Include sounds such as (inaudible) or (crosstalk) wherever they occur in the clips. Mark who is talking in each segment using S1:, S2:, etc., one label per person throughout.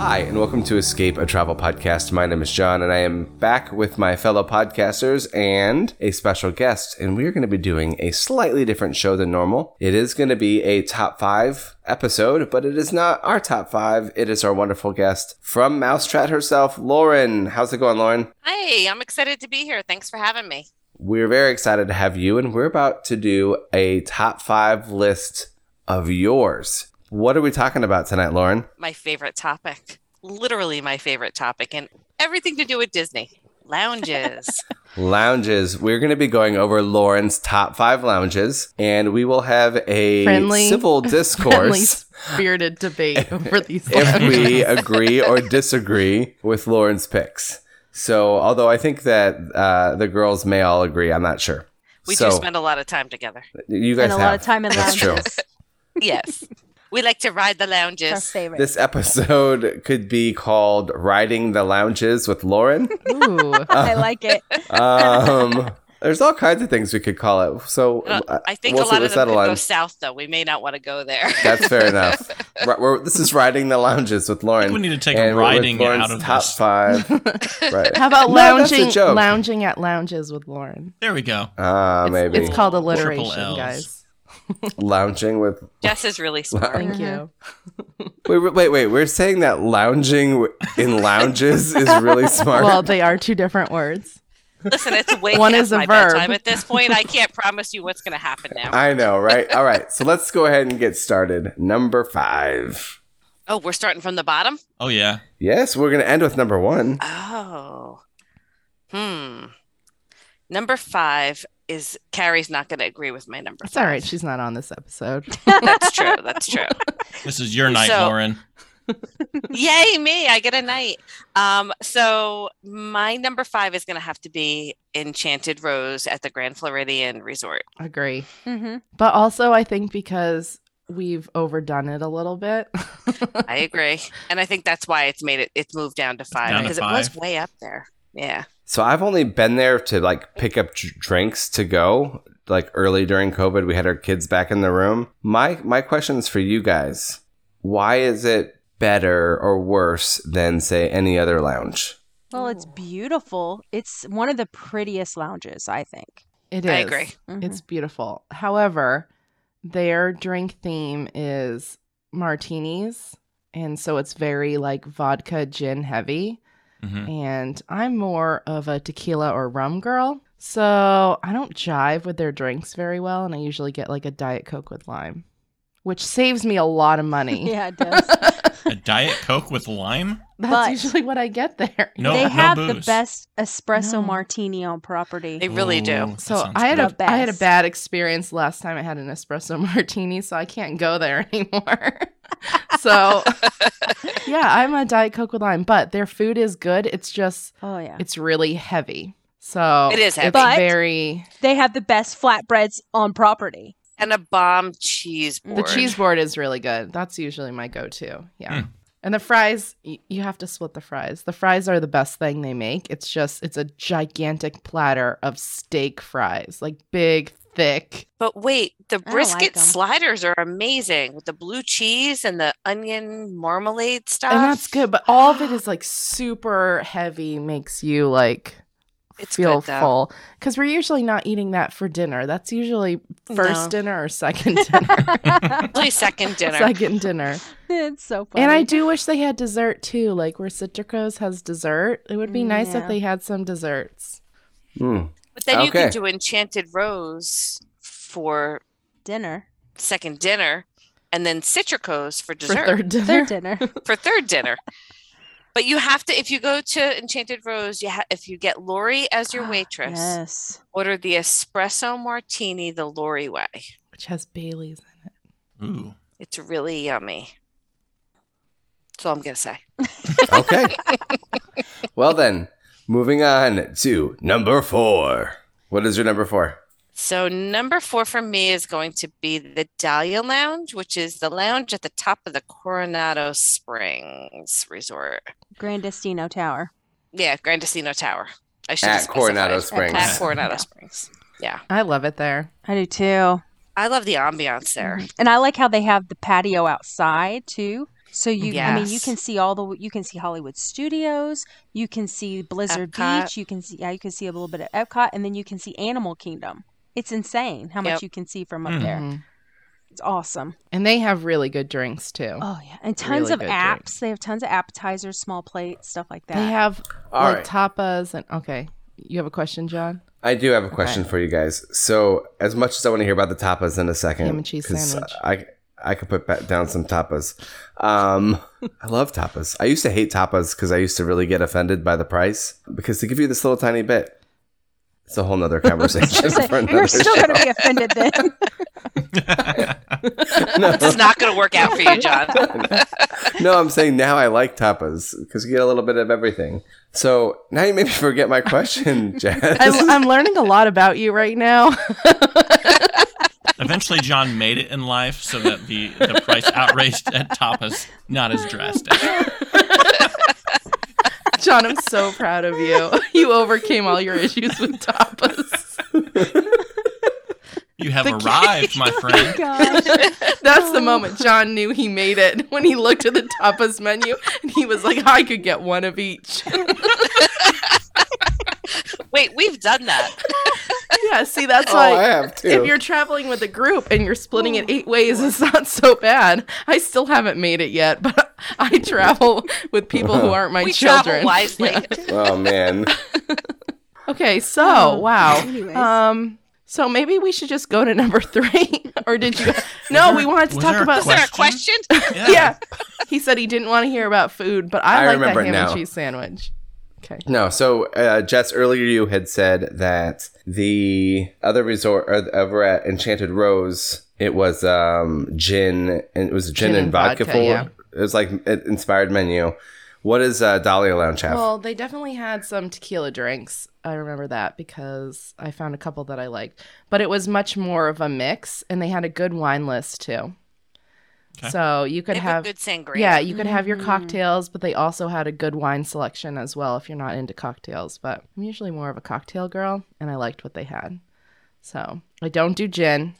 S1: Hi, and welcome to Escape, a travel podcast. My name is John, and I am back with my fellow podcasters and a special guest. And we are going to be doing a slightly different show than normal. It is going to be a top five episode, but it is not our top five. It is our wonderful guest from Mousetrat herself, Lauren. How's it going, Lauren?
S2: Hey, I'm excited to be here. Thanks for having me.
S1: We're very excited to have you, and we're about to do a top five list of yours. What are we talking about tonight, Lauren?
S2: My favorite topic, literally my favorite topic, and everything to do with Disney
S3: (laughs)
S2: lounges.
S1: Lounges. We're going to be going over Lauren's top five lounges, and we will have a
S3: Friendly-
S4: (laughs)
S1: civil
S3: Friendly
S1: discourse
S3: spirited debate over these.
S1: if
S3: lines.
S1: we agree or disagree with Lauren's picks. So, although I think that uh, the girls may all agree, I'm not sure.
S2: we
S1: so,
S2: do spend a lot of
S3: (laughs)
S2: time together.
S1: you guys
S4: And a lot
S1: have.
S4: of time in
S1: That's
S4: lounges.
S1: true.
S2: Yes. we like to ride the
S4: It's our
S2: lounges.
S1: (laughs)
S4: favorite.
S1: This episode could be called "Riding the Lounges" with Lauren.
S3: Ooh.
S4: I
S1: uh,
S3: (laughs)
S4: like it.
S1: um, (laughs) there's all kinds of things we could call it. So
S2: I don't-
S1: uh,
S2: I think
S1: we'll
S2: a
S1: see
S2: lot
S1: what's
S2: of them
S1: that
S2: could
S1: line.
S2: go south, though. We may not want to
S3: (laughs)
S2: go there.
S1: that's fair enough. Ri- we're- this is riding the lounges with
S5: I think
S1: Lauren.
S5: we need to take
S1: and we're with
S5: riding
S1: Lauren's
S5: out of
S1: top
S5: this. (laughs)
S1: five. right.
S3: How
S1: (laughs)
S3: about
S1: No, that's a
S3: lounging?
S1: joke.
S3: lounging at lounges with Lauren.
S5: There we go.
S1: Ah,
S3: It's-
S1: maybe
S3: It's called
S5: Triple
S3: alliteration,
S5: Ls.
S3: guys.
S1: lounging with.
S2: Jess is
S3: (laughs)
S2: really smart.
S3: Thank you.
S1: Wait, wait, wait, wait. We're saying that lounging w- in lounges is
S3: (laughs)
S1: really smart.
S3: Well, they are two different words.
S2: Listen, it's way
S3: One
S2: past
S3: is a
S2: my
S3: verb.
S2: bedtime at this point. I
S3: (laughs)
S2: can't promise you what's going to happen now.
S1: I know, right? All right. So let's go ahead and get started. Number five.
S2: oh, we're starting from the bottom.
S5: Oh yeah.
S1: Yes, we're gonna end with number one.
S2: Oh. Hmm. Number five is Carrie's not going to agree with my number.
S3: It's all right.
S2: five.
S3: She's not on this episode.
S2: That's true. That's true.
S5: This is your night,
S2: So-
S5: Lauren.
S2: (laughs) Yay, me. I get a night. Um, so my number five is gonna have to be Enchanted Rose at the Grand Floridian Resort.
S3: Agree.
S4: Mm-hmm.
S3: But also, I think because we've overdone it a little bit. (laughs)
S2: I agree. And I think that's why it's made it it's moved down to five
S5: Down to
S2: because it was
S5: five.
S2: way up there. Yeah.
S1: So I've only been there to like pick up dr- drinks to go. Like early during COVID, we had our kids back in the room. My my question is for you guys: Why is it better or worse than say any other lounge?
S4: Well, it's
S2: Ooh.
S4: beautiful. It's one of the prettiest lounges, I think.
S3: It is.
S2: I agree.
S4: Mhm.
S3: It's beautiful. However, their drink theme is martinis. And so it's very like vodka gin heavy.
S5: hmm
S3: And I'm more of a tequila or rum girl. So I don't jive with their drinks very well. And I usually get like a Diet Coke with lime, which saves me a lot of
S4: (laughs)
S3: money.
S4: yeah, it does.
S5: A diet coke with lime?
S3: (laughs) That's
S4: But-
S3: usually what I get there.
S5: No,
S4: they
S5: no
S4: have the
S5: booze.
S4: best espresso
S3: No.
S4: martini on property.
S2: They really do.
S5: Ooh, that
S3: So
S5: sounds
S3: I had
S5: good.
S3: a
S4: good.
S3: I had a
S4: Best.
S3: bad experience last time I had an espresso (laughs) martini, so I can't go there (laughs) anymore. so yeah, I'm a diet coke with lime, but their food is good. It's just
S4: oh yeah,
S3: it's really heavy. So
S2: It is heavy.
S3: It's
S4: But-
S3: very
S4: they have the best flatbreads on property.
S2: And a bomb cheese
S4: The
S2: board.
S3: the cheese board is really good. That's usually my go-to. Yeah.
S5: Hmm.
S3: And the fries, y- you have to split the fries. The fries are the best thing they make. It's just it's a gigantic platter of steak fries, like big, thick.
S2: But wait, the
S4: like
S2: brisket
S4: 'em.
S2: sliders are amazing with the blue cheese and the onion marmalade stuff.
S3: and that's good but all of it is like super heavy makes you like
S2: It's
S3: feel
S2: good, though.
S3: full because we're usually not eating that for dinner that's usually first
S2: No.
S3: dinner or second dinner
S2: Play second dinner.
S3: second dinner
S4: (laughs) it's so funny.
S3: and i do wish they had dessert too like where citrico's has dessert it would be
S4: Mm,
S3: nice if
S4: yeah.
S3: they had some desserts
S1: Hmm.
S2: but then you
S1: Okay.
S2: could do Enchanted Rose for
S4: dinner,
S2: second dinner, and then Citrico's for dessert
S3: for
S2: for
S3: third
S2: third,
S3: dinner
S4: their
S3: (laughs)
S4: dinner.
S2: dinner. But you have to, if you go to Enchanted Rose, you ha- if you get Lori as your waitress,
S4: yes,
S2: order the espresso martini the Lori way.
S3: which has baileys in it
S5: Ooh. (laughs)
S2: It's really yummy. That's all I'm gonna say.
S1: Okay. well then, Moving on to number four. What is your number four?
S2: So, number four for me is going to be the Dahlia Lounge, which is the lounge at the top of the Coronado Springs Resort.
S4: Grandestino Tower.
S2: Yeah, Grandesino Tower. I should
S1: At
S2: have specified.
S1: Coronado
S2: At-
S1: Springs.
S2: At Coronado Springs.
S3: I love it there.
S4: I do too.
S2: I love the ambiance there.
S3: Mm-hmm.
S4: Mhm. And I like how they have the patio outside too. So you, I mean, you
S2: Yes.
S4: can see all the, you can see Hollywood Studios, you can see Blizzard
S2: Epcot.
S4: Beach, you can see, yeah, you can see a little bit of Epcot, and then you can see Animal Kingdom. It's insane how much
S2: Yep.
S4: you can see from up
S5: Mhm.
S4: there.
S3: Mhm.
S4: It's awesome.
S3: And they have really good drinks too.
S4: Oh yeah, and tons
S3: Really
S4: of
S3: good
S4: apps.
S3: drinks.
S4: They have tons of appetizers, small plates, stuff like that.
S3: they have
S1: All right.
S3: like tapas and okay. You have a question, John?
S1: I do have a question for you guys. So, as much as I want to hear about the tapas in a second,
S3: Ham and cheese
S1: 'cause
S3: sandwich.
S1: I I could put back down some tapas. Um, I love tapas. I used to hate tapas because I used to really get offended by the price because they give you this little tiny bit. It's a whole
S3: (laughs)
S1: nother conversation.
S4: So
S1: for another
S4: you're still
S1: show.
S4: going to be offended then.
S1: No.
S2: It's not going to work out for you,
S3: (laughs)
S2: John.
S1: (laughs) no, I'm saying now I like tapas because you get a little bit of everything. So now you made me forget my question, (laughs) Jess.
S3: I'm, I'm learning a lot about you right now.
S5: Eventually, John made it in life so that the, the price outraged at tapas not as drastic.
S3: John, I'm so proud of you. (laughs) You overcame all your issues with tapas. (laughs)
S5: You have
S3: The
S5: arrived, my
S3: (laughs)
S5: friend.
S4: Gosh.
S3: That's the
S2: Oh.
S3: moment John knew he made it (laughs) when he looked at the tapas menu and he was like, I could get one of each. (laughs)
S2: Wait, we've done that.
S3: yeah, see, that's
S1: oh, I
S3: why.
S1: have too.
S3: If you're traveling with a group and you're splitting
S2: Oh.
S3: it eight ways, it's not so bad. I still haven't made it yet, (laughs) but I travel with people who aren't my
S2: we
S3: children.
S2: travel wisely.
S3: Yeah.
S1: oh man.
S3: Okay,
S2: Oh.
S3: so wow.
S4: Anyways.
S3: Um, so maybe we should just go to number (laughs) three, or did you? No,
S5: there-
S3: we wanted to
S5: was
S3: talk
S5: there a
S3: about.
S2: Is there a question?
S5: Question?
S3: Yeah, he said he didn't want to hear about food, but I,
S1: I
S3: like that
S1: remember
S3: ham
S1: now.
S3: and cheese sandwich. Okay,
S1: No, so uh, Jess, earlier you had said that the other resort or over at Enchanted Rose, it was um, gin and it was gin, and, vodka, full.
S3: yeah.
S1: It was like an inspired menu. What does uh, Dahlia Lounge have?
S3: well, they definitely had some tequila drinks. I remember that because I found a couple that I liked, but it was much more of a mix, and they had a good wine list too.
S5: Okay.
S3: So you could
S2: They
S3: have
S2: have a good sangria.
S3: Yeah, you could have your
S2: Mm-hmm.
S4: Mhm.
S3: cocktails, but they also had a good wine selection as well if you're not into cocktails. But I'm usually more of a cocktail girl, and I liked what they had. So I don't do gin.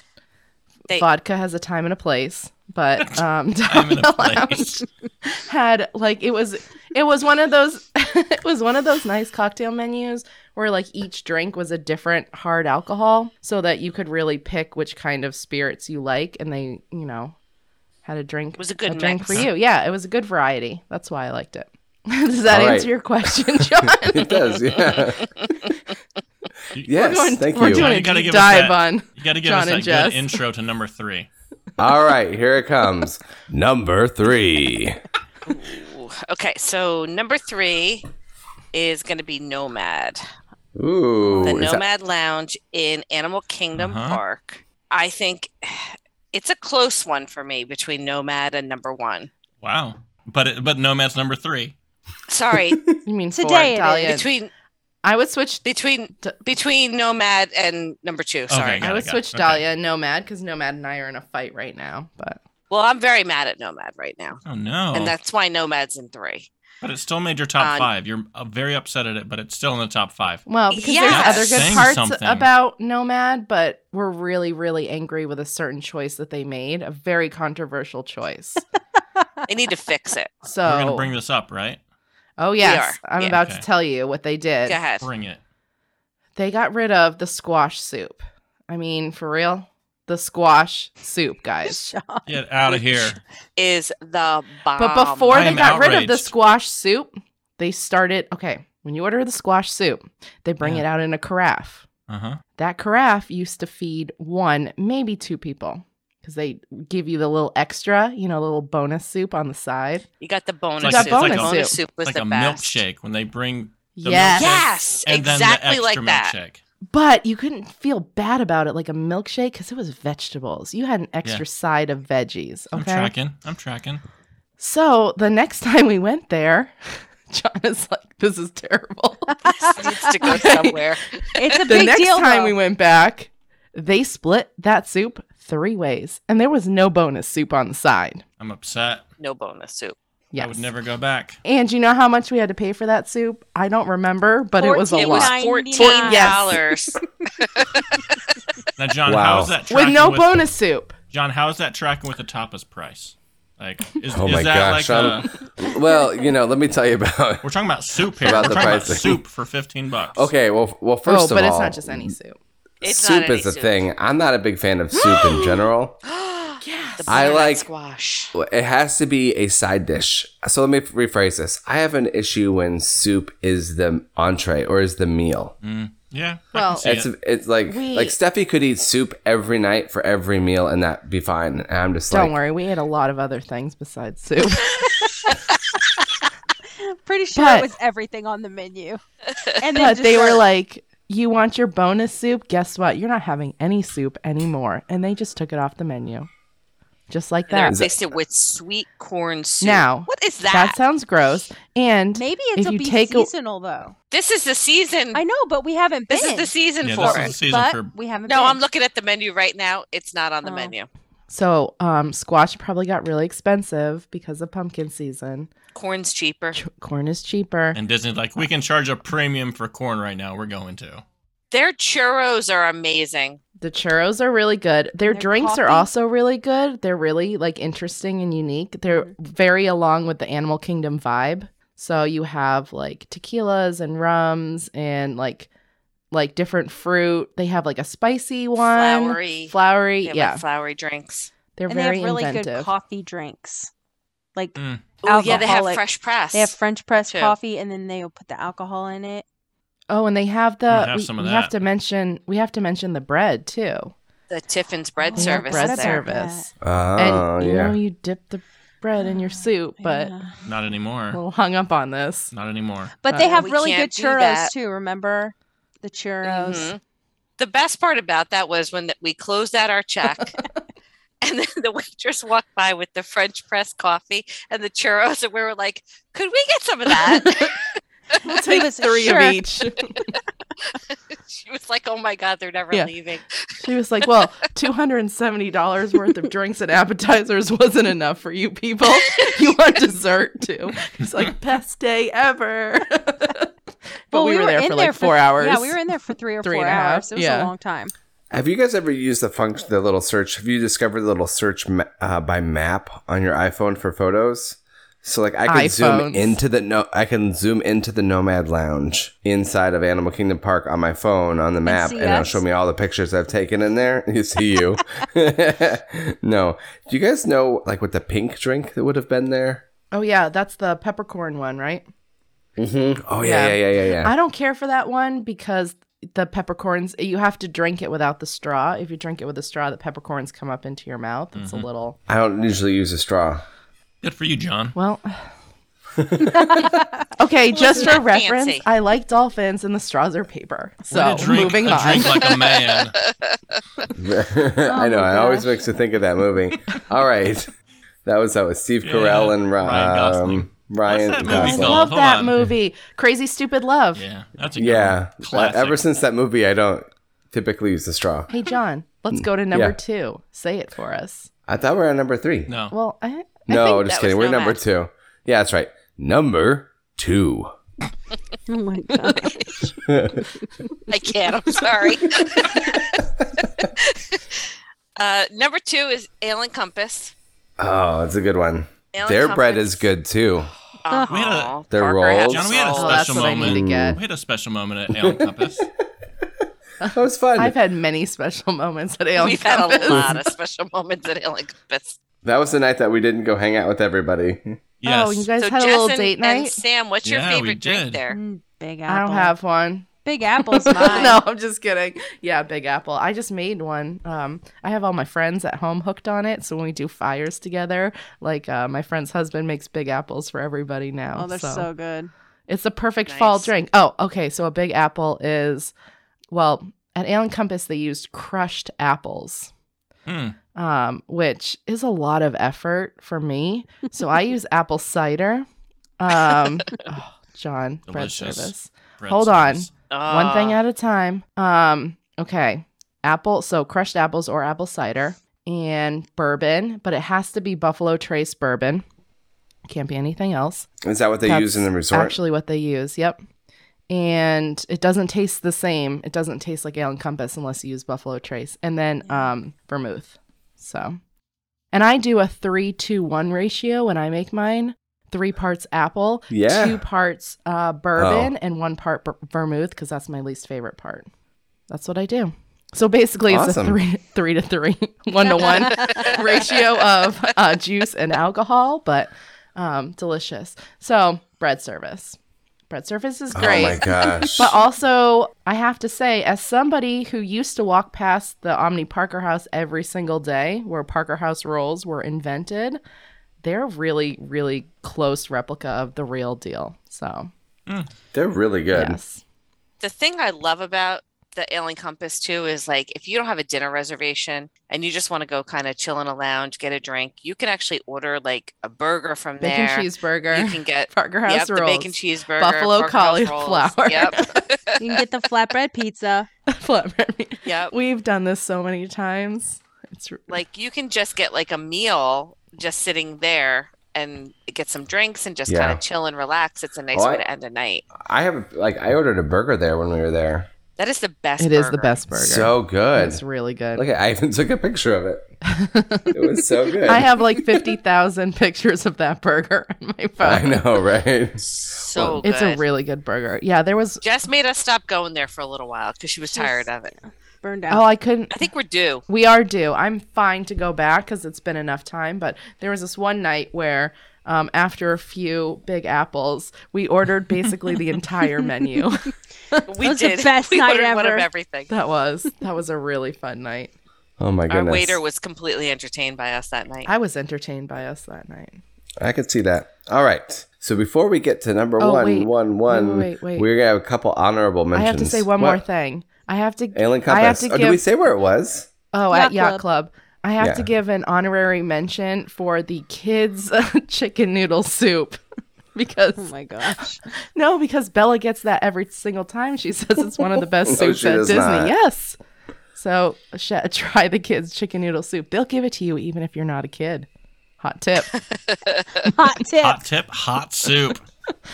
S2: They-
S3: Vodka has a time and a place,
S2: (laughs)
S3: but um, (laughs)
S5: Time and a
S3: Dahlia
S5: place.
S3: Lounge had like it was it was one of those (laughs) it was one of those nice cocktail menus where like each drink was a different hard alcohol, so that you could really pick which kind of spirits you like, and they you know had a drink
S2: It was a good
S3: a drink
S2: mix.
S3: for you. Yeah, it was a good variety. That's why I liked it. (laughs) Does that
S1: All right.
S3: answer your question, (laughs) John?
S1: (laughs) it does,
S3: (laughs)
S1: yeah. yes,
S3: We're
S1: thank
S3: we're
S1: you.
S3: doing
S5: You
S3: a
S5: gotta
S3: deep
S5: give us
S3: dive
S5: that.
S3: on. (laughs)
S5: You got to give
S3: John
S5: us that
S3: and Jess.
S5: good intro to number three.
S1: All right, here it comes. Number three.
S2: Ooh. Okay, so number three is going to be Nomad.
S1: Ooh.
S2: the
S1: is that-
S2: Nomad Lounge in Animal Kingdom
S5: Uh-huh.
S2: Park. I think it's a close one for me between Nomad and number one.
S5: Wow. But it, but Nomad's number three.
S3: (laughs)
S2: Sorry,
S3: You mean
S4: Today it
S3: four, Dahlia.
S4: is.
S2: between
S3: I would switch.
S2: between
S3: D-
S2: between Nomad and number two. Sorry.
S5: got
S3: I
S5: it,
S3: would
S5: got
S3: switch
S5: it. Okay.
S3: Dahlia and Nomad because Nomad and I are in a fight right now. But
S2: Well, I'm very mad at Nomad right now,
S5: Oh no.
S2: and that's why Nomad's in three.
S5: but it still made your top
S2: Uh,
S5: five. You're uh, very upset at it, but it's still in the top five.
S3: well, because
S2: Yes.
S3: there's other good
S5: Saying
S3: parts
S5: something.
S3: about Nomad, but we're really, really angry with a certain choice that they made, a very controversial
S5: (laughs)
S3: choice.
S2: They need to
S3: (laughs)
S2: fix it.
S3: So,
S5: We're gonna bring this up, right?
S3: oh yes,
S2: are.
S3: I'm
S2: Yeah.
S3: about
S5: Okay.
S3: to tell you what they did.
S2: Go ahead.
S5: Bring it.
S3: They got rid of the squash soup. I mean, for real? The squash soup, guys.
S4: (laughs) Shut-
S5: Get out of here.
S2: (laughs) Is the bomb?
S3: But before
S5: I
S3: they
S5: am
S3: got rid of the
S5: outraged.
S3: squash soup, they started okay, when you order the squash soup, they bring
S5: Yeah.
S3: it out in a carafe.
S5: Uh huh.
S3: That carafe used to feed one, maybe two people. Because they give you the little extra, you know, little bonus soup on the side.
S2: you got the bonus.
S5: like-
S3: it's
S2: soup.
S3: like
S2: The
S3: a-
S2: bonus soup was
S5: Like
S2: the
S5: a
S2: best.
S5: milkshake when they bring The
S3: yes.
S5: milkshake.
S2: Yes,
S5: and
S2: exactly
S5: then the
S2: like
S5: extra
S2: that.
S5: milkshake.
S3: But you couldn't feel bad about it like a milkshake because it was vegetables. You had an extra side of veggies.
S5: I'm
S3: Okay.
S5: tracking. I'm tracking.
S3: (laughs)
S4: (laughs)
S3: So the next time we went there, John is like, this is terrible.
S2: this needs to
S3: (laughs)
S2: go somewhere.
S4: It's a
S3: the
S4: big
S3: next
S4: deal.
S3: time
S4: though.
S3: we went back, they split that soup three ways, and there was no bonus soup on the side.
S5: I'm upset.
S2: No bonus soup.
S3: Yes.
S5: I would never go back.
S3: And you know how much we had to pay for that soup? I don't remember, but it was a
S2: It
S3: lot.
S2: was
S4: $14.99.
S2: fourteen dollars.
S3: (laughs)
S5: Now, John,
S1: Wow.
S5: how's that
S3: with
S5: tracking
S3: no bonus soup.
S5: John, how's that tracking with the tapas price?
S1: (laughs)
S5: Like, is,
S1: Oh
S5: is
S1: my
S5: that
S1: gosh,
S5: like
S1: I'm- (laughs)
S5: a,
S1: well, you know, let me tell you about. (laughs)
S5: we're talking about soup here.
S1: About
S5: we're
S1: the
S5: talking
S1: pricing.
S5: about soup for fifteen bucks.
S1: Okay, well, well, first
S3: Oh,
S1: of
S3: but
S1: all,
S3: it's not just any soup.
S2: It's
S1: soup
S2: not any
S1: is a
S2: soup.
S1: thing. I'm not a big fan of soup
S2: (gasps)
S1: in general.
S2: The
S1: I
S2: butternut
S1: like-
S2: squash.
S1: Well, It has to be a side dish. So let me rephrase this. I have an issue when soup is the entree or is the meal.
S5: Yeah. I
S3: Well,
S5: can see
S1: It's
S5: it.
S1: it's like
S3: We-
S1: like Steffi could eat soup every night for every meal and that be fine. And I'm just
S3: Don't
S1: like
S3: worry, we ate a lot of other things besides soup.
S4: Pretty sure
S3: But-
S4: it was everything on the menu. And then
S3: but
S4: just
S3: they were
S4: started-
S3: like, "You want your bonus soup? Guess what? You're not having any soup anymore." And they just took it off the menu, just like
S2: And they
S3: that.
S2: replaced it with sweet corn soup.
S3: Now,
S2: what is that?
S3: That sounds gross. And
S4: maybe
S3: if
S4: it'll
S3: you
S4: be
S3: take a-
S4: seasonal though.
S2: this is the season.
S4: I know, but we haven't
S2: this
S4: been.
S2: is the season
S5: Yeah,
S2: for
S5: this
S2: it.
S5: is- season
S4: but
S5: for-
S4: we haven't.
S2: No,
S4: been.
S2: I'm looking at the menu right now. It's not on the
S4: Oh.
S2: menu.
S3: so, um, squash probably got really expensive because of pumpkin season.
S2: Corn's cheaper.
S3: Ch- corn is cheaper.
S5: and Disney's like, we can charge a premium for corn right now. We're going to.
S2: Their churros are amazing.
S3: The churros are really good. Their,
S4: Their
S3: drinks are
S4: coffee?
S3: also really good. They're really like interesting and unique. They're
S4: Mm-hmm.
S3: very along with the Animal Kingdom vibe. So you have like tequilas and rums and like like different fruit. They have like a spicy one,
S2: Flowery.
S3: Flowery,
S2: They have, like,
S3: yeah.
S2: flowery drinks.
S3: They're
S4: and they have
S3: very
S4: really good
S3: inventive.
S4: coffee drinks. Like
S5: Mm.
S2: Oh yeah, they have
S4: Alcoholic.
S2: fresh press.
S4: they have French press
S2: Too.
S4: coffee, and then they'll put the alcohol in it.
S3: oh, and they have the
S5: I'm gonna have
S3: we,
S5: some of
S3: we have
S5: that.
S3: to mention we have to mention the bread too.
S4: Oh,
S2: the Tiffin's bread
S4: They have
S2: service.
S3: bread
S2: is there.
S4: serv-
S3: service.
S1: oh
S3: and you
S1: yeah.
S3: know you dip the bread in your soup, but
S4: Ah, Yeah.
S5: Not anymore.
S3: a little hung up on this.
S5: Not anymore.
S4: but
S3: Uh,
S4: they have
S2: we
S4: really good
S2: can't do
S4: churros
S2: that.
S4: too. Remember the churros?
S2: Mhm. The best part about that was when th- we closed out
S4: (laughs)
S2: our check. And then the waitress walked by with the French press coffee and the churros, and we were like, "Could we get some
S4: (laughs)
S2: of that?" (laughs)
S4: We'll take
S3: (laughs) Three
S4: sure.
S3: of each.
S2: she was like, "Oh my god, they're never
S3: Yeah.
S2: leaving."
S3: She was like, "Well, two hundred and seventy dollars worth of drinks and appetizers wasn't enough for you people. You want dessert too." It's like best day ever. (laughs) but
S4: Well,
S3: we, were there
S4: in
S3: for like four hours.
S4: Yeah, we were in there for three or
S3: Three
S4: four
S3: and a half,
S4: hours. It was
S3: yeah.
S4: a long time.
S1: Have you guys ever used the function, the little search? Have you discovered the little search ma- uh, by map on your iPhone for photos? So like I can zoom
S3: iPhones.
S1: into the no, I can zoom into the Nomad Lounge inside of Animal Kingdom Park on my phone on the map,
S4: see
S1: and, it'll
S4: us?
S1: show me all the pictures I've taken in there. (laughs) You see you. no, do you guys know like what the pink drink that would have been there?
S3: oh yeah, that's the peppercorn one, right?
S1: Mm-hmm. Oh yeah, yeah,
S3: Yeah.
S1: yeah, yeah, yeah.
S3: I don't care for that one because the peppercorns you have to drink it without the straw. If you drink it with a straw, the peppercorns come up into your mouth. It's a little
S1: I don't usually use a straw.
S5: Good for you, John.
S2: (laughs)
S3: well. okay, just for
S2: not
S3: reference,
S2: fancy.
S3: I like dolphins and the straws are paper. So
S5: Way to drink,
S3: moving
S5: a
S3: on.
S5: drink like a man.
S1: (laughs)
S3: Oh
S1: I know.
S4: my
S1: I always
S4: gosh.
S1: makes me think of that movie.
S3: (laughs)
S1: All right, that was that was Steve Carell and Ri-
S5: Ryan Gosling.
S1: um, Ryan
S5: What's that movie
S3: (laughs) I
S1: Gosling.
S5: called?
S3: love
S5: hold
S3: that
S5: on.
S3: movie. Crazy Stupid Love.
S5: yeah, that's a good
S1: Yeah.
S5: one.
S1: Uh,
S5: classic.
S1: Ever since that movie, I don't typically use the straw.
S3: Hey, John, let's go to number
S1: Yeah.
S3: two. Say it for us.
S1: I thought we were on number three.
S5: no,
S3: Well, I, I
S1: No, just
S3: think
S2: that was
S1: kidding. We're
S2: no
S1: number
S2: match.
S1: two. Yeah, that's right. Number two. (laughs) Oh,
S4: Oh (laughs) my god!
S2: I can't. I'm sorry.
S4: (laughs)
S2: (laughs) uh, number two is Ale and Compass.
S1: Oh, that's a good one.
S2: Ale and
S1: Their bread is
S2: Compass.
S1: good too.
S5: We had a-
S2: Aw,
S1: Their
S2: Parker
S1: rolls.
S2: had
S5: John, we had a
S2: some.
S3: Oh, that's
S5: special
S3: what I need
S5: moment.
S3: to get.
S5: we had a special moment at Ale and Compass.
S1: That was fun.
S3: I've had many special moments at Ale
S2: (laughs) We've had
S3: Compass.
S2: a lot of special moments at Ale and Compass.
S1: that was the night that we didn't go hang out with everybody.
S5: Yes.
S3: (laughs) Oh, you guys
S2: So
S3: had a
S2: Jess
S3: little
S2: and,
S3: date
S2: and
S3: night?
S2: Sam, what's your
S5: Yeah, we
S2: favorite drink
S5: did.
S2: there?
S4: Mm, Big apple.
S3: I don't have one.
S4: Big apples.
S3: (laughs)
S4: Mine.
S3: no, I'm just kidding. Yeah, Big Apple. I just made one. Um, I have all my friends at home hooked on it. So when we do fires together, like uh, my friend's husband makes Big Apples for everybody now.
S4: Oh, they're so, good.
S3: It's the perfect fall
S2: Nice.
S3: drink. Oh, okay. So a big apple is, well, at Allen Compass they used crushed apples,
S5: Hmm.
S3: um, which is a lot of effort for me.
S4: (laughs)
S3: So I use apple cider. Um, oh, John, bread
S5: Delicious.
S3: service. Hold on.
S5: Pretzels.
S3: One thing
S2: Ah,
S3: at a time. Um, okay. Apple, so crushed apples or apple cider and bourbon, but it has to be Buffalo Trace bourbon. Can't be anything else.
S1: Is that what they
S3: That's
S1: use in the resort?
S3: Actually, what they use. Yep. And it doesn't taste the same. It doesn't taste like Ale and Compass unless you use Buffalo Trace and then um, vermouth. So, and I do a three to one ratio when I make mine. Three parts apple,
S1: Yeah.
S3: two parts uh, bourbon, and one part b- vermouth because that's my least favorite part. That's what I do. So basically, it's a
S1: Awesome.
S3: three, (laughs) three to three, one to one ratio of uh, juice and alcohol, but um, delicious. So bread service, bread service is
S1: oh
S3: great. (laughs)
S1: my gosh.
S3: But also, I have to say, as somebody who used to walk past the Omni Parker House every single day, where Parker House rolls were invented, they're really, really close replica of the real deal. So
S1: They're really good.
S3: yes,
S2: the thing I love about the Alien Compass too is like if you don't have a dinner reservation and you just want to go kind of chill in a lounge, get a drink, you can actually order like a burger from
S3: bacon
S2: there.
S3: cheeseburger, (laughs)
S2: You can get
S3: Parker House
S2: yep,
S3: rolls,
S2: the
S3: (laughs)
S2: bacon cheeseburger,
S3: buffalo
S2: Parker House rolls.
S3: cauliflower. (laughs)
S2: Yep,
S4: You can get the flatbread pizza.
S3: Flatbread meat.
S2: yep.
S3: We've done this so many times. It's r-
S2: Like you can just get like a meal just sitting there and get some drinks and just kind
S1: Yeah.
S2: of chill and relax. It's a nice
S1: Oh, I-
S2: way to end a night.
S1: I have like I ordered a burger there when we were there.
S2: That is the best.
S3: it is the
S2: burger.
S3: best burger.
S1: So good.
S3: it's really good.
S1: Look, I even took a picture of it.
S3: (laughs)
S1: it was so good.
S3: I have like fifty thousand (laughs) pictures of that burger (laughs) on my
S1: (laughs) I
S3: phone.
S1: know, right?
S2: So good.
S3: It's a really good burger. Yeah, there was.
S2: Jess made us stop going there for a little while because she was tired of it.
S4: Burned
S3: Oh,
S4: out.
S3: I couldn't.
S2: I think we're due.
S3: We are due. I'm fine to go back because it's been enough time. But there was this one night where, um, after a few Big Apples, we ordered basically
S1: (laughs)
S3: the entire menu. (laughs)
S2: Oh, We
S4: was the
S2: did. (laughs)
S4: best
S2: we
S4: night
S2: ordered one of
S4: ever.
S2: everything.
S3: That was that was a really fun night.
S1: Oh my
S2: Our
S1: goodness.
S2: waiter was completely entertained by us that night.
S3: I was entertained by us that night.
S1: I could see that. All right. So before we get to number
S3: Oh,
S1: one,
S3: wait.
S1: one, one,
S3: Wait, wait, wait.
S1: we're gonna have a couple honorable
S3: I
S1: mentions.
S3: have to say one
S1: What?
S3: more thing. I have to.
S1: Alien
S3: I
S1: Compass.
S3: have to
S1: oh, did
S3: give-
S1: we say where it was?
S3: Oh,
S4: Yacht
S3: at Yacht
S4: Club.
S3: Club. I have to
S1: Yeah.
S3: give an honorary mention for the kids' (laughs) chicken noodle soup (laughs) because
S2: (laughs)
S4: Oh my gosh. (laughs)
S3: no, because Bella gets that every single time. She says it's one of the
S1: (laughs)
S3: best
S1: No,
S3: soups
S1: she
S3: at
S1: does
S3: Disney.
S1: not.
S3: Yes. So sh- try the kids' chicken noodle soup. They'll give it to you even if you're not a kid. Hot
S2: (laughs)
S3: tip.
S4: Hot tip.
S5: Hot tip, hot soup. (laughs)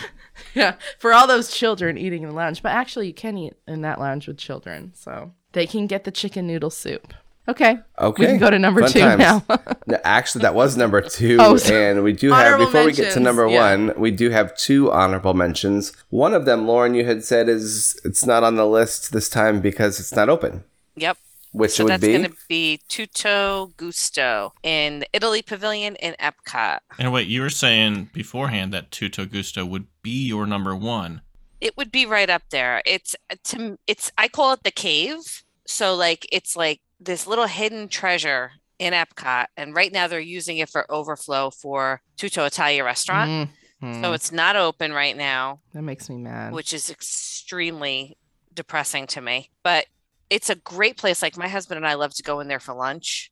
S3: yeah, for all those children eating in the lounge. But actually, you can eat in that lounge with children, so they can get the chicken noodle soup. Okay,
S1: Okay.
S3: we can go to number
S1: Fun
S3: two
S1: times. (laughs)
S3: now.
S1: No, actually, that was
S3: (laughs)
S1: number two,
S3: Oh, so-
S1: and we do have
S3: Honorable
S1: before we get to
S3: mentions,
S1: number
S3: yeah.
S1: one, we do have two honorable mentions. One of them, Lauren, you had said is it's not on the list this time because it's not open,
S2: yep.
S1: which
S2: So
S1: would
S2: that's
S1: be
S2: going to be Tutto Gusto in the Italy Pavilion in Epcot.
S5: And wait, you were saying beforehand that Tutto Gusto would be your number one.
S2: It would be right up there. It's uh, to m- it's I call it the cave. So like it's like this little hidden treasure in Epcot, and right now they're using it for overflow for Tutto Italia restaurant.
S3: Mhm.
S2: So it's not open right now.
S3: that makes me mad.
S2: which is extremely depressing to me. But it's a great place. Like my husband and I love to go in there for lunch,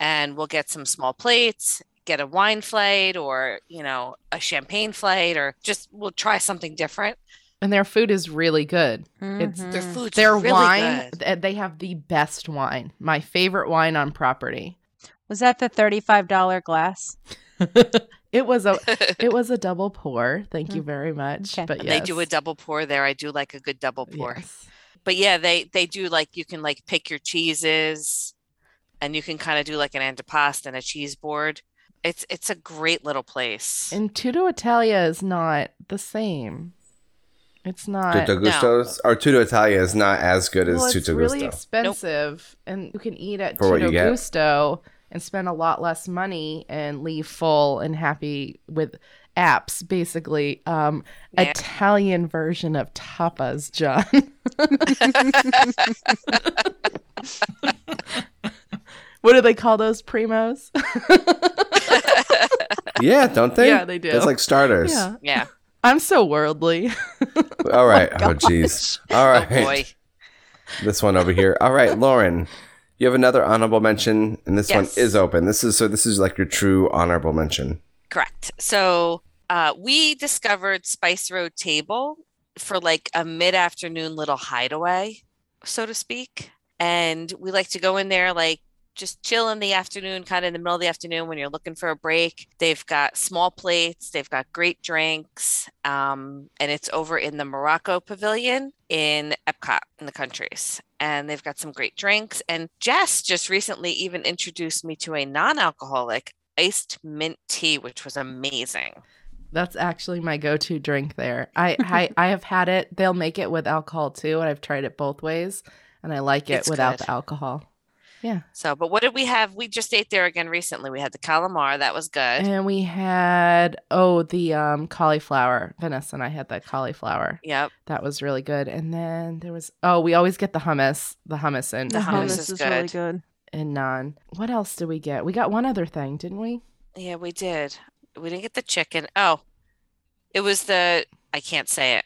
S2: and we'll get some small plates, get a wine flight, or you know, a champagne flight, or just we'll try something different.
S3: and their food is really good. It's-
S2: Their
S4: Mhm.
S2: food's
S3: Mm. Their
S2: really
S3: wine,
S2: good.
S3: th- they have the best wine. My favorite wine on property.
S4: Was that the $35
S3: (laughs)
S4: glass? (laughs)
S3: It was
S2: (laughs)
S3: a it was a double pour. Thank you very much.
S4: Okay.
S3: But
S2: And
S3: yes.
S2: Mm. They do a double pour there. I do like a good double pour.
S3: Yes.
S2: But yeah, they they do like you can like pick your cheeses, and you can kind of do like an antipasto and a cheese board. It's it's a great little place.
S3: And Tutto Italia is not the same. It's not.
S1: Tutto Gusto's or Tutto Italia is not as good
S3: well,
S1: as
S3: it's
S1: Tutto
S3: really
S1: Gusto.
S3: expensive, and you can eat at
S1: For what you
S3: Tutto
S1: get.
S3: Gusto and spend a lot less money and leave full and happy with apps, basically. Um,
S2: Yeah.
S3: Italian version of tapas, John. what do they call those primos?
S1: yeah, don't they?
S3: (laughs) Yeah, they do.
S1: It's like starters.
S3: yeah,
S2: yeah.
S3: I'm so worldly.
S1: (laughs)
S3: (laughs)
S1: All right. Oh jeez. All
S2: Oh
S1: right.
S2: boy.
S1: This one over here. All right, Lauren. You have another honorable mention, and this
S2: Yes.
S1: one is open. This is so. This is like your true honorable mention.
S2: Correct. So uh, we discovered Spice Road Table for like a mid afternoon little hideaway, so to speak. And we like to go in there, like just chill in the afternoon, kind of in the middle of the afternoon when you're looking for a break. They've got small plates, they've got great drinks, um, and it's over in the Morocco Pavilion in Epcot in the countries. And they've got some great drinks. And Jess just recently even introduced me to a non alcoholic iced mint tea, which was amazing.
S3: That's actually my go-to drink there. I, I I have had it. They'll make it with alcohol too, and I've tried it both ways, and I like it
S2: It's
S3: without
S2: good.
S3: the alcohol. Yeah.
S2: So, but what did we have? We just ate there again recently. We had the calamari. That was good.
S3: And we had oh the um cauliflower. Venice and I had that cauliflower.
S2: Yep.
S3: That was really good. And then there was oh we always get the hummus, the hummus and
S2: The hummus
S3: and,
S2: is
S4: really
S2: good.
S4: good.
S3: and naan. What else did we get? We got one other thing, didn't we?
S2: Yeah, we did. We didn't get the chicken. Oh, it was the, I can't say it,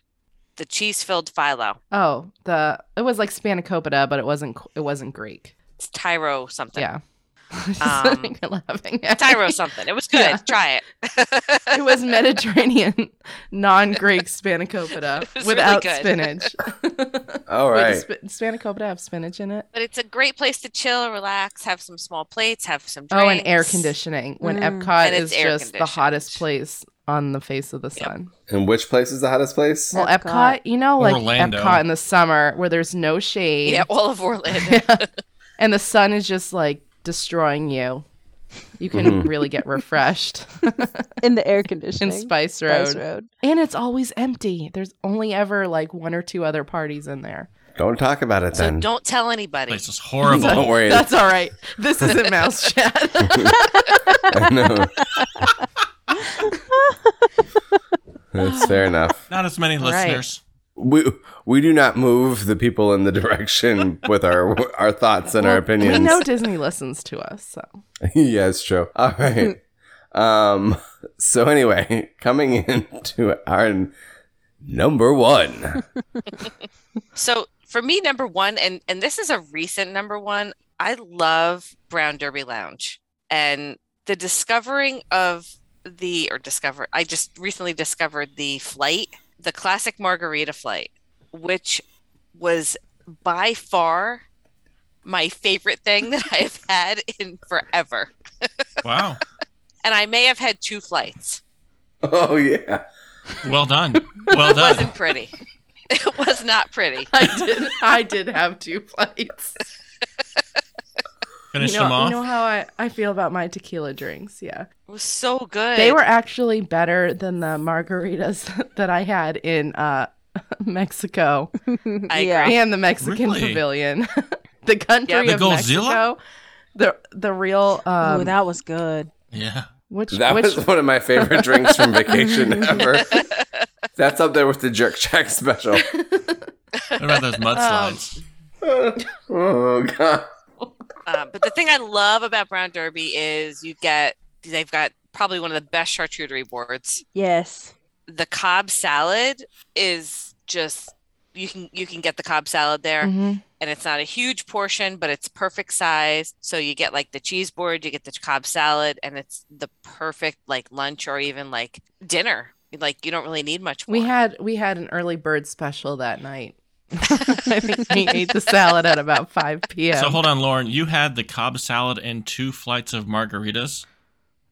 S2: the cheese filled phyllo.
S3: Oh, the it was like spanakopita, but it wasn't it wasn't Greek.
S2: It's Tyro something.
S3: Yeah. (laughs) Just
S2: Um,
S3: laughing at (laughs)
S2: Tyro
S3: me.
S2: something. It was good.
S3: Yeah.
S2: Try it.
S3: it
S2: (laughs)
S3: was Mediterranean, non-Greek
S2: (laughs)
S3: spanakopita
S2: It was really
S3: without
S2: good. (laughs)
S3: spinach.
S1: All
S3: Wait,
S1: right.
S3: does sp- spanakopita have spinach in it?
S2: But it's a great place to chill, relax, have some small plates, have some drinks.
S3: Oh, and air conditioning when
S4: Mm.
S3: Epcot
S2: And
S3: is
S2: it's air
S3: just the hottest
S2: conditioned.
S3: place on the face of the
S2: Yep.
S3: sun.
S1: and which place is the hottest place?
S3: Well, Epcot,
S4: Epcot.
S3: you know, like
S5: Orlando.
S3: Epcot in the summer where there's no shade,
S2: Yeah, all
S3: (laughs)
S2: of Orlando.
S3: Yeah. and the sun is just like destroying you. You can
S1: Mhm.
S3: really get refreshed
S4: In the air
S3: in
S4: conditioning.
S3: Spice Road.
S4: Spice Road.
S3: And it's always empty. There's only ever like one or two other parties in there.
S1: Don't talk about it
S2: So
S1: then.
S2: don't tell anybody.
S5: place is
S1: (laughs)
S3: (laughs)
S5: horrible.
S1: Don't worry.
S3: That's all right. This isn't mouse chat.
S1: I know.
S3: (laughs)
S1: That's fair enough.
S5: Not as many
S3: right.
S5: listeners.
S1: We we do not move the people in the direction with our our thoughts and our
S3: Well,
S1: opinions.
S3: We know Disney listens to us, so
S1: (laughs) yeah, it's true. All right. um. So anyway, coming into our n- number one. (laughs)
S2: So for me, number one, and and this is a recent number one. I love Brown Derby Lounge and the discovering of the or discover. I just recently discovered the flight, the classic margarita flight, which was by far my favorite thing (laughs) that I have had in forever.
S3: (laughs)
S5: Wow.
S2: And I may have had two flights.
S1: Oh yeah.
S5: Well done. Well done.
S2: Wasn't pretty. (laughs) It was not pretty.
S3: I did. I did have two plates.
S5: (laughs) Finish
S3: you know,
S5: them off.
S3: You know how I, I feel about my tequila drinks. Yeah,
S2: It was so good.
S3: they were actually better than the margaritas (laughs) that I had in uh, (laughs) Mexico
S2: I
S4: yeah.
S2: agree.
S3: and the Mexican
S5: Really?
S3: pavilion, (laughs) the country
S2: Yeah,
S5: the
S3: of
S5: Godzilla?
S3: Mexico. The the real um,
S4: oh, that was good.
S5: yeah.
S3: which
S1: That
S3: which
S1: was one of my favorite drinks from (laughs) vacation ever. That's up there with the jerk check special.
S5: What about those mudslides?
S1: (laughs) oh god.
S2: Um, but the thing I love about Brown Derby is you get they've got probably one of the best charcuterie boards.
S4: Yes.
S2: The Cobb salad is just you can you can get the Cobb salad there,
S3: Mhm.
S2: and it's not a huge portion, but it's perfect size. So you get like the cheese board, you get the Cobb salad, and it's the perfect like lunch or even like dinner. Like you don't really need much more.
S3: we had we had an early bird special that night. (laughs) I think we ate the salad at about five p.m.
S5: So hold on, Lauren. You had the Cobb salad and two flights of margaritas.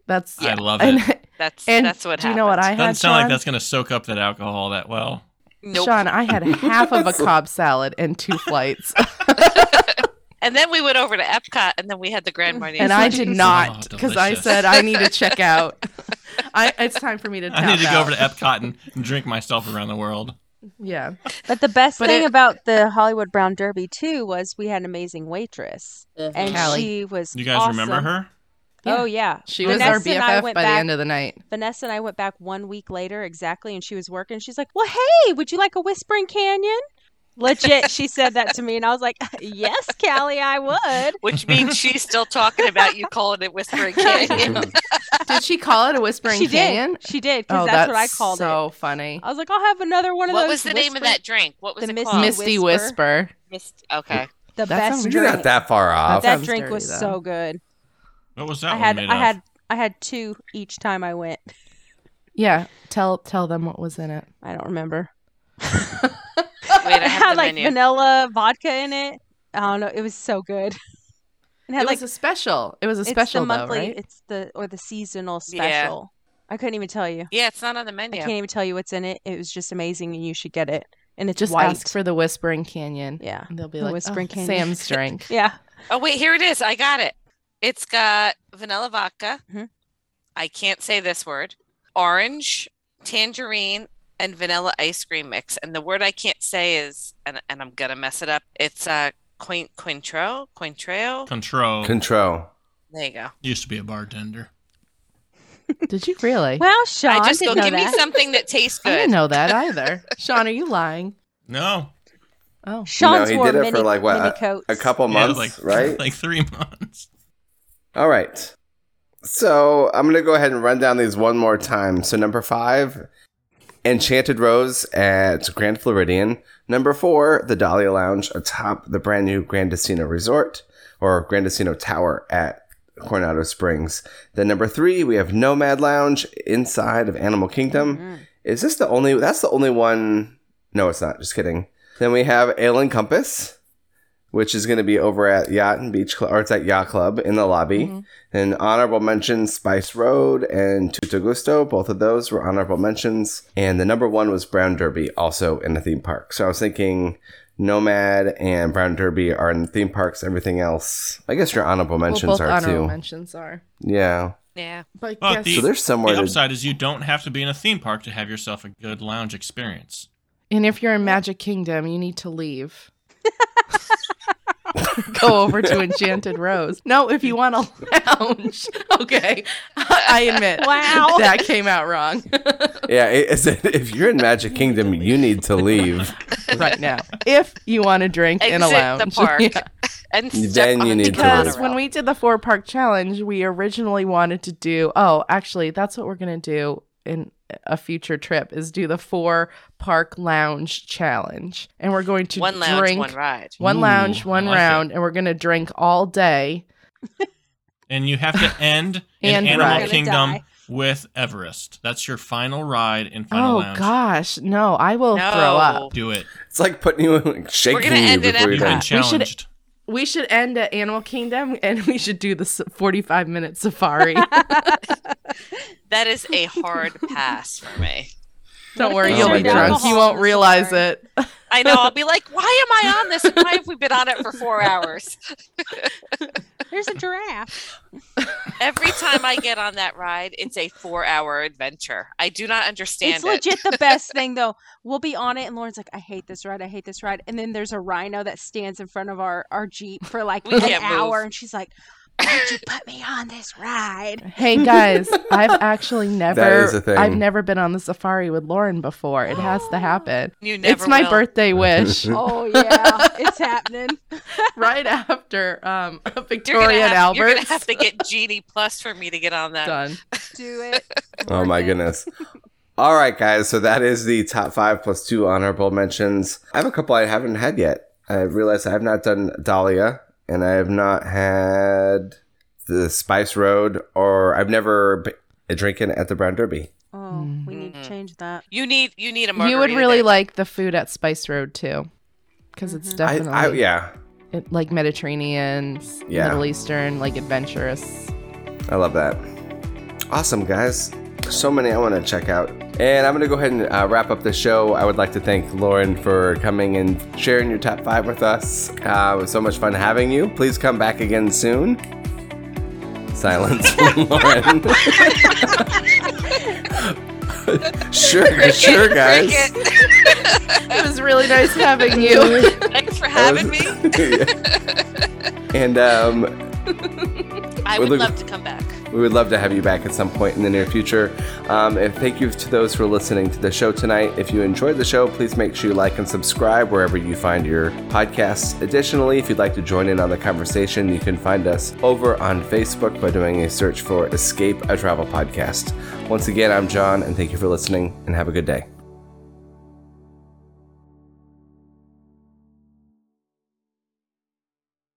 S3: That's
S5: I love
S3: and,
S5: it.
S3: (laughs)
S2: that's
S3: and
S2: that's what
S3: do you know what I
S2: happened.
S3: had?
S5: Doesn't sound like
S3: Sean?
S5: that's going to soak up that alcohol that well.
S2: Nope.
S3: Sean, I had half
S5: (laughs)
S3: of a cob salad and two flights,
S2: And then we went over to Epcot, and then we had the Grand Marnier.
S3: Mm-hmm. and I did not
S5: Oh,
S3: because I
S5: delicious.
S3: said I need to check
S5: (laughs)
S3: out. I it's time for me to. Tap
S5: I need to go
S3: out.
S5: over to Epcot and, and drink myself around the world.
S3: Yeah,
S4: But the best
S3: But
S4: thing
S3: it-
S4: about the Hollywood Brown Derby too was we had an amazing waitress, and
S3: Callie.
S4: she was.
S5: You guys remember
S4: awesome.
S5: her?
S4: Oh yeah,
S3: she
S4: Vanessa
S3: was our
S4: and I
S3: BFF by
S4: went
S3: the
S4: back-
S3: end of the
S4: (laughs)
S3: night.
S4: Vanessa and I went back one week later exactly, and she was working. She's like, "Well, hey, would you like a Whispering Canyon?" Legit, she said that to me, and I was like, (laughs) "Yes, Callie, I would."
S2: Which means she's still talking about you calling it Whispering Canyon.
S3: Did she call it a whispering
S4: she
S3: canyon?
S4: did. She did because
S3: Oh,
S4: that's, what I called
S3: so
S4: it.
S3: funny.
S4: I was like, "I'll have another one of
S2: What
S4: those."
S2: was the name of
S4: Whispering-
S2: that drink? What was
S4: The
S2: it
S4: Miss-
S2: called?
S4: Miss-
S3: Misty
S4: Whisper.
S3: Whisper.
S2: Mist-
S4: (laughs)
S2: okay.
S4: The
S3: That
S4: best
S3: sounds
S1: You're
S4: drink.
S1: not that far off.
S3: That
S4: That
S3: sounds
S4: drink
S3: dirty,
S4: was
S3: though.
S4: so good.
S5: What was that
S4: I
S5: one
S4: had,
S5: made
S4: I
S5: of?
S4: had, I had two each time I went.
S3: Yeah, tell tell them what was in it.
S4: I don't remember.
S2: Wait,
S4: (laughs)
S2: I
S4: it
S2: have
S4: had
S2: the
S4: like
S2: menu.
S4: vanilla vodka in it. I don't know. It was so good. (laughs) It had
S3: it
S4: like
S3: was a special. It was a
S4: it's
S3: special
S4: the monthly.
S3: though, right?
S4: It's the or the seasonal
S2: Yeah.
S4: special. I couldn't even tell you.
S2: Yeah, it's not on the
S4: I
S2: menu.
S4: can't even tell you what's in it. It was just amazing, and you should get it. And it's
S3: Just
S4: white.
S3: ask for the Whispering Canyon.
S4: yeah,
S3: And they'll be
S4: The
S3: like,
S4: Whispering
S3: "Oh,
S4: Canyon."
S3: Sam's drink.
S4: yeah.
S2: Oh wait, here it is. I got it. It's got vanilla vodka.
S4: Mhm.
S2: I can't say this word. Orange, tangerine, and vanilla ice cream mix. And the word I can't say is, and, and I'm gonna mess it up. It's uh, quin Cointreau. Cointreau.
S5: Control
S1: Control.
S2: There you go.
S5: used to be a bartender.
S3: Did you really?
S4: Well, Sean,
S2: I just go
S4: didn't know
S2: give
S4: that.
S2: me something that tastes
S4: (laughs)
S3: I didn't
S2: good.
S3: know that either. Sean, are you lying?
S5: No,
S3: Oh,
S4: Sean's
S1: he
S4: wore
S1: did it
S4: mini,
S1: for, like, what,
S4: mini coats.
S1: A couple
S5: Yeah,
S1: months,
S5: like
S1: right?
S5: (laughs) Like three months.
S1: All right. So I'm going to go ahead and run down these one more time. So number five, Enchanted Rose at Grand Floridian. Number four, the Dahlia Lounge atop the brand new Grandisino Resort or Grandisino Tower at Coronado Springs. Then number three, we have Nomad Lounge inside of Animal Kingdom.
S4: Mhm.
S1: Is this the only? That's the only one. No, it's not. Just kidding. Then we have Ale and Compass, which is going to be over at Yacht and Beach Club, or it's at Yacht Club in the lobby.
S3: Mhm.
S1: And honorable mentions: Spice Road and Tutto Gusto. Both of those were honorable mentions. And the number one was Brown Derby, also in the theme park. So I was thinking. Nomad and Brown Derby are in the theme parks. Everything else, I guess your honorable
S3: well,
S1: mentions
S3: both
S1: are
S3: honorable
S1: too.
S3: mentions are.
S1: Yeah.
S2: Yeah.
S3: But
S5: Well,
S3: guess
S1: So
S5: the-
S1: there's somewhere
S5: the
S1: to
S5: upside is you don't have to be in a theme park to have yourself a good lounge experience.
S3: And if you're in Magic Kingdom, you need to leave. Go over to Enchanted Rose. No, if you want a lounge. (laughs) Okay. I admit.
S4: Wow.
S3: That came out wrong
S1: (laughs)
S3: (laughs)
S1: Yeah, it, it's, if you're in Magic Kingdom, you need to leave.
S3: right now. If you want a drink in a
S2: Exit the
S3: lounge. (laughs)
S2: park.
S3: Yeah.
S2: And
S1: Then
S2: step
S1: you
S2: on
S1: need to
S2: the
S3: Because
S2: monorail.
S3: when we did the four park challenge, we originally wanted to do, oh, actually, that's what we're going to do in a future trip is do the four park lounge challenge. And we're going to
S2: one lounge,
S3: drink
S2: one ride.
S3: one
S5: Ooh,
S3: lounge,
S5: I
S3: one
S5: like it.
S3: round, and we're going to drink all day.
S5: And you
S3: (laughs)
S5: have to end
S3: And
S5: in
S3: ride.
S5: Animal
S3: Gonna
S5: Kingdom
S4: die.
S5: with Everest. That's your final ride and final
S3: oh,
S5: lounge.
S3: gosh. No, I will
S2: No.
S3: throw up.
S5: Do it.
S1: It's like putting you in, like, shaking
S2: gonna
S1: you
S2: end it
S1: before you
S5: You've
S2: at
S1: die.
S5: been
S2: that.
S3: We should-
S5: challenged.
S3: We should end at Animal Kingdom and (laughs) we should do the s- 45 minute
S2: (laughs)
S3: safari.
S2: That is
S3: (laughs)
S2: a hard pass for me.
S3: Don't
S4: What
S3: worry,
S4: if they
S3: you'll be
S1: served
S4: served
S3: drunk.
S4: alcohol
S3: You
S4: in
S3: won't
S4: the
S3: realize
S4: safari?
S3: it.
S2: I know. I'll be like, why am I on this? And why have we been on it for four hours?
S4: There's
S3: (laughs)
S4: a giraffe.
S2: Every time I get on that ride, it's a four hour adventure. I do not understand
S4: it's
S2: it.
S4: legit the best
S3: (laughs)
S4: thing though. We'll be on it, and Lauren's like, "I hate this ride. I hate this ride." And then there's a rhino that stands in front of our our jeep for like
S2: We
S4: an
S2: can't move.
S4: hour, and she's like, "Why'd you put me on
S1: (laughs)
S4: this ride?"
S3: Hey guys, I've actually never
S1: is a thing.
S3: I've never been on the safari with Lauren before. It has (gasps) to happen.
S2: You never
S3: it's my
S1: (laughs)
S2: will.
S3: birthday wish.
S4: Oh yeah, it's happening.
S3: right after (laughs) um
S2: You're gonna,
S3: Victoria and
S2: have, you're gonna
S3: Albert's
S2: have to get Genie Plus for me to get on that.
S3: done.
S4: Do it.
S1: Oh my
S4: Worth it.
S1: goodness. All right, guys. So that is the top five plus two honorable mentions. I have a couple I haven't had yet. I realized I have not done Dahlia, and I have not had the Spice Road, or I've never been drinking at the Brown Derby.
S4: Oh, we need
S3: Mm-hmm.
S4: to
S2: Mm.
S4: change that.
S2: You need you need a margarita.
S3: You would really
S2: there.
S3: like the food at Spice Road too. Because it's
S1: Mm-hmm. I,
S3: definitely
S1: I, yeah,
S3: it- like Mediterranean, s-
S1: Yeah.
S3: Middle Eastern, like adventurous. (laughs)
S1: I love that. Awesome, guys. So many I want to check out. And I'm going to go ahead and uh, wrap up the show. I would like to thank Lauren for coming and sharing your top five with us. Uh, it was so much fun having you. Please come back again soon. Silence from Lauren. sure, sure, guys.
S2: Cricket,
S3: It was really nice having
S1: (laughs)
S3: you.
S2: thanks for having me.
S1: (laughs) and um,
S2: I
S1: Well,
S2: would
S1: look-
S2: love to come back.
S1: We would love to have you back at some point in the near future. Um, and thank you to those who are listening to the show tonight. If you enjoyed the show, please make sure you like and subscribe wherever you find your podcasts. Additionally, if you'd like to join in on the conversation, you can find us over on Facebook by doing a search for Escape a Travel Podcast. Once again, I'm John, and thank you for listening, and have a good day.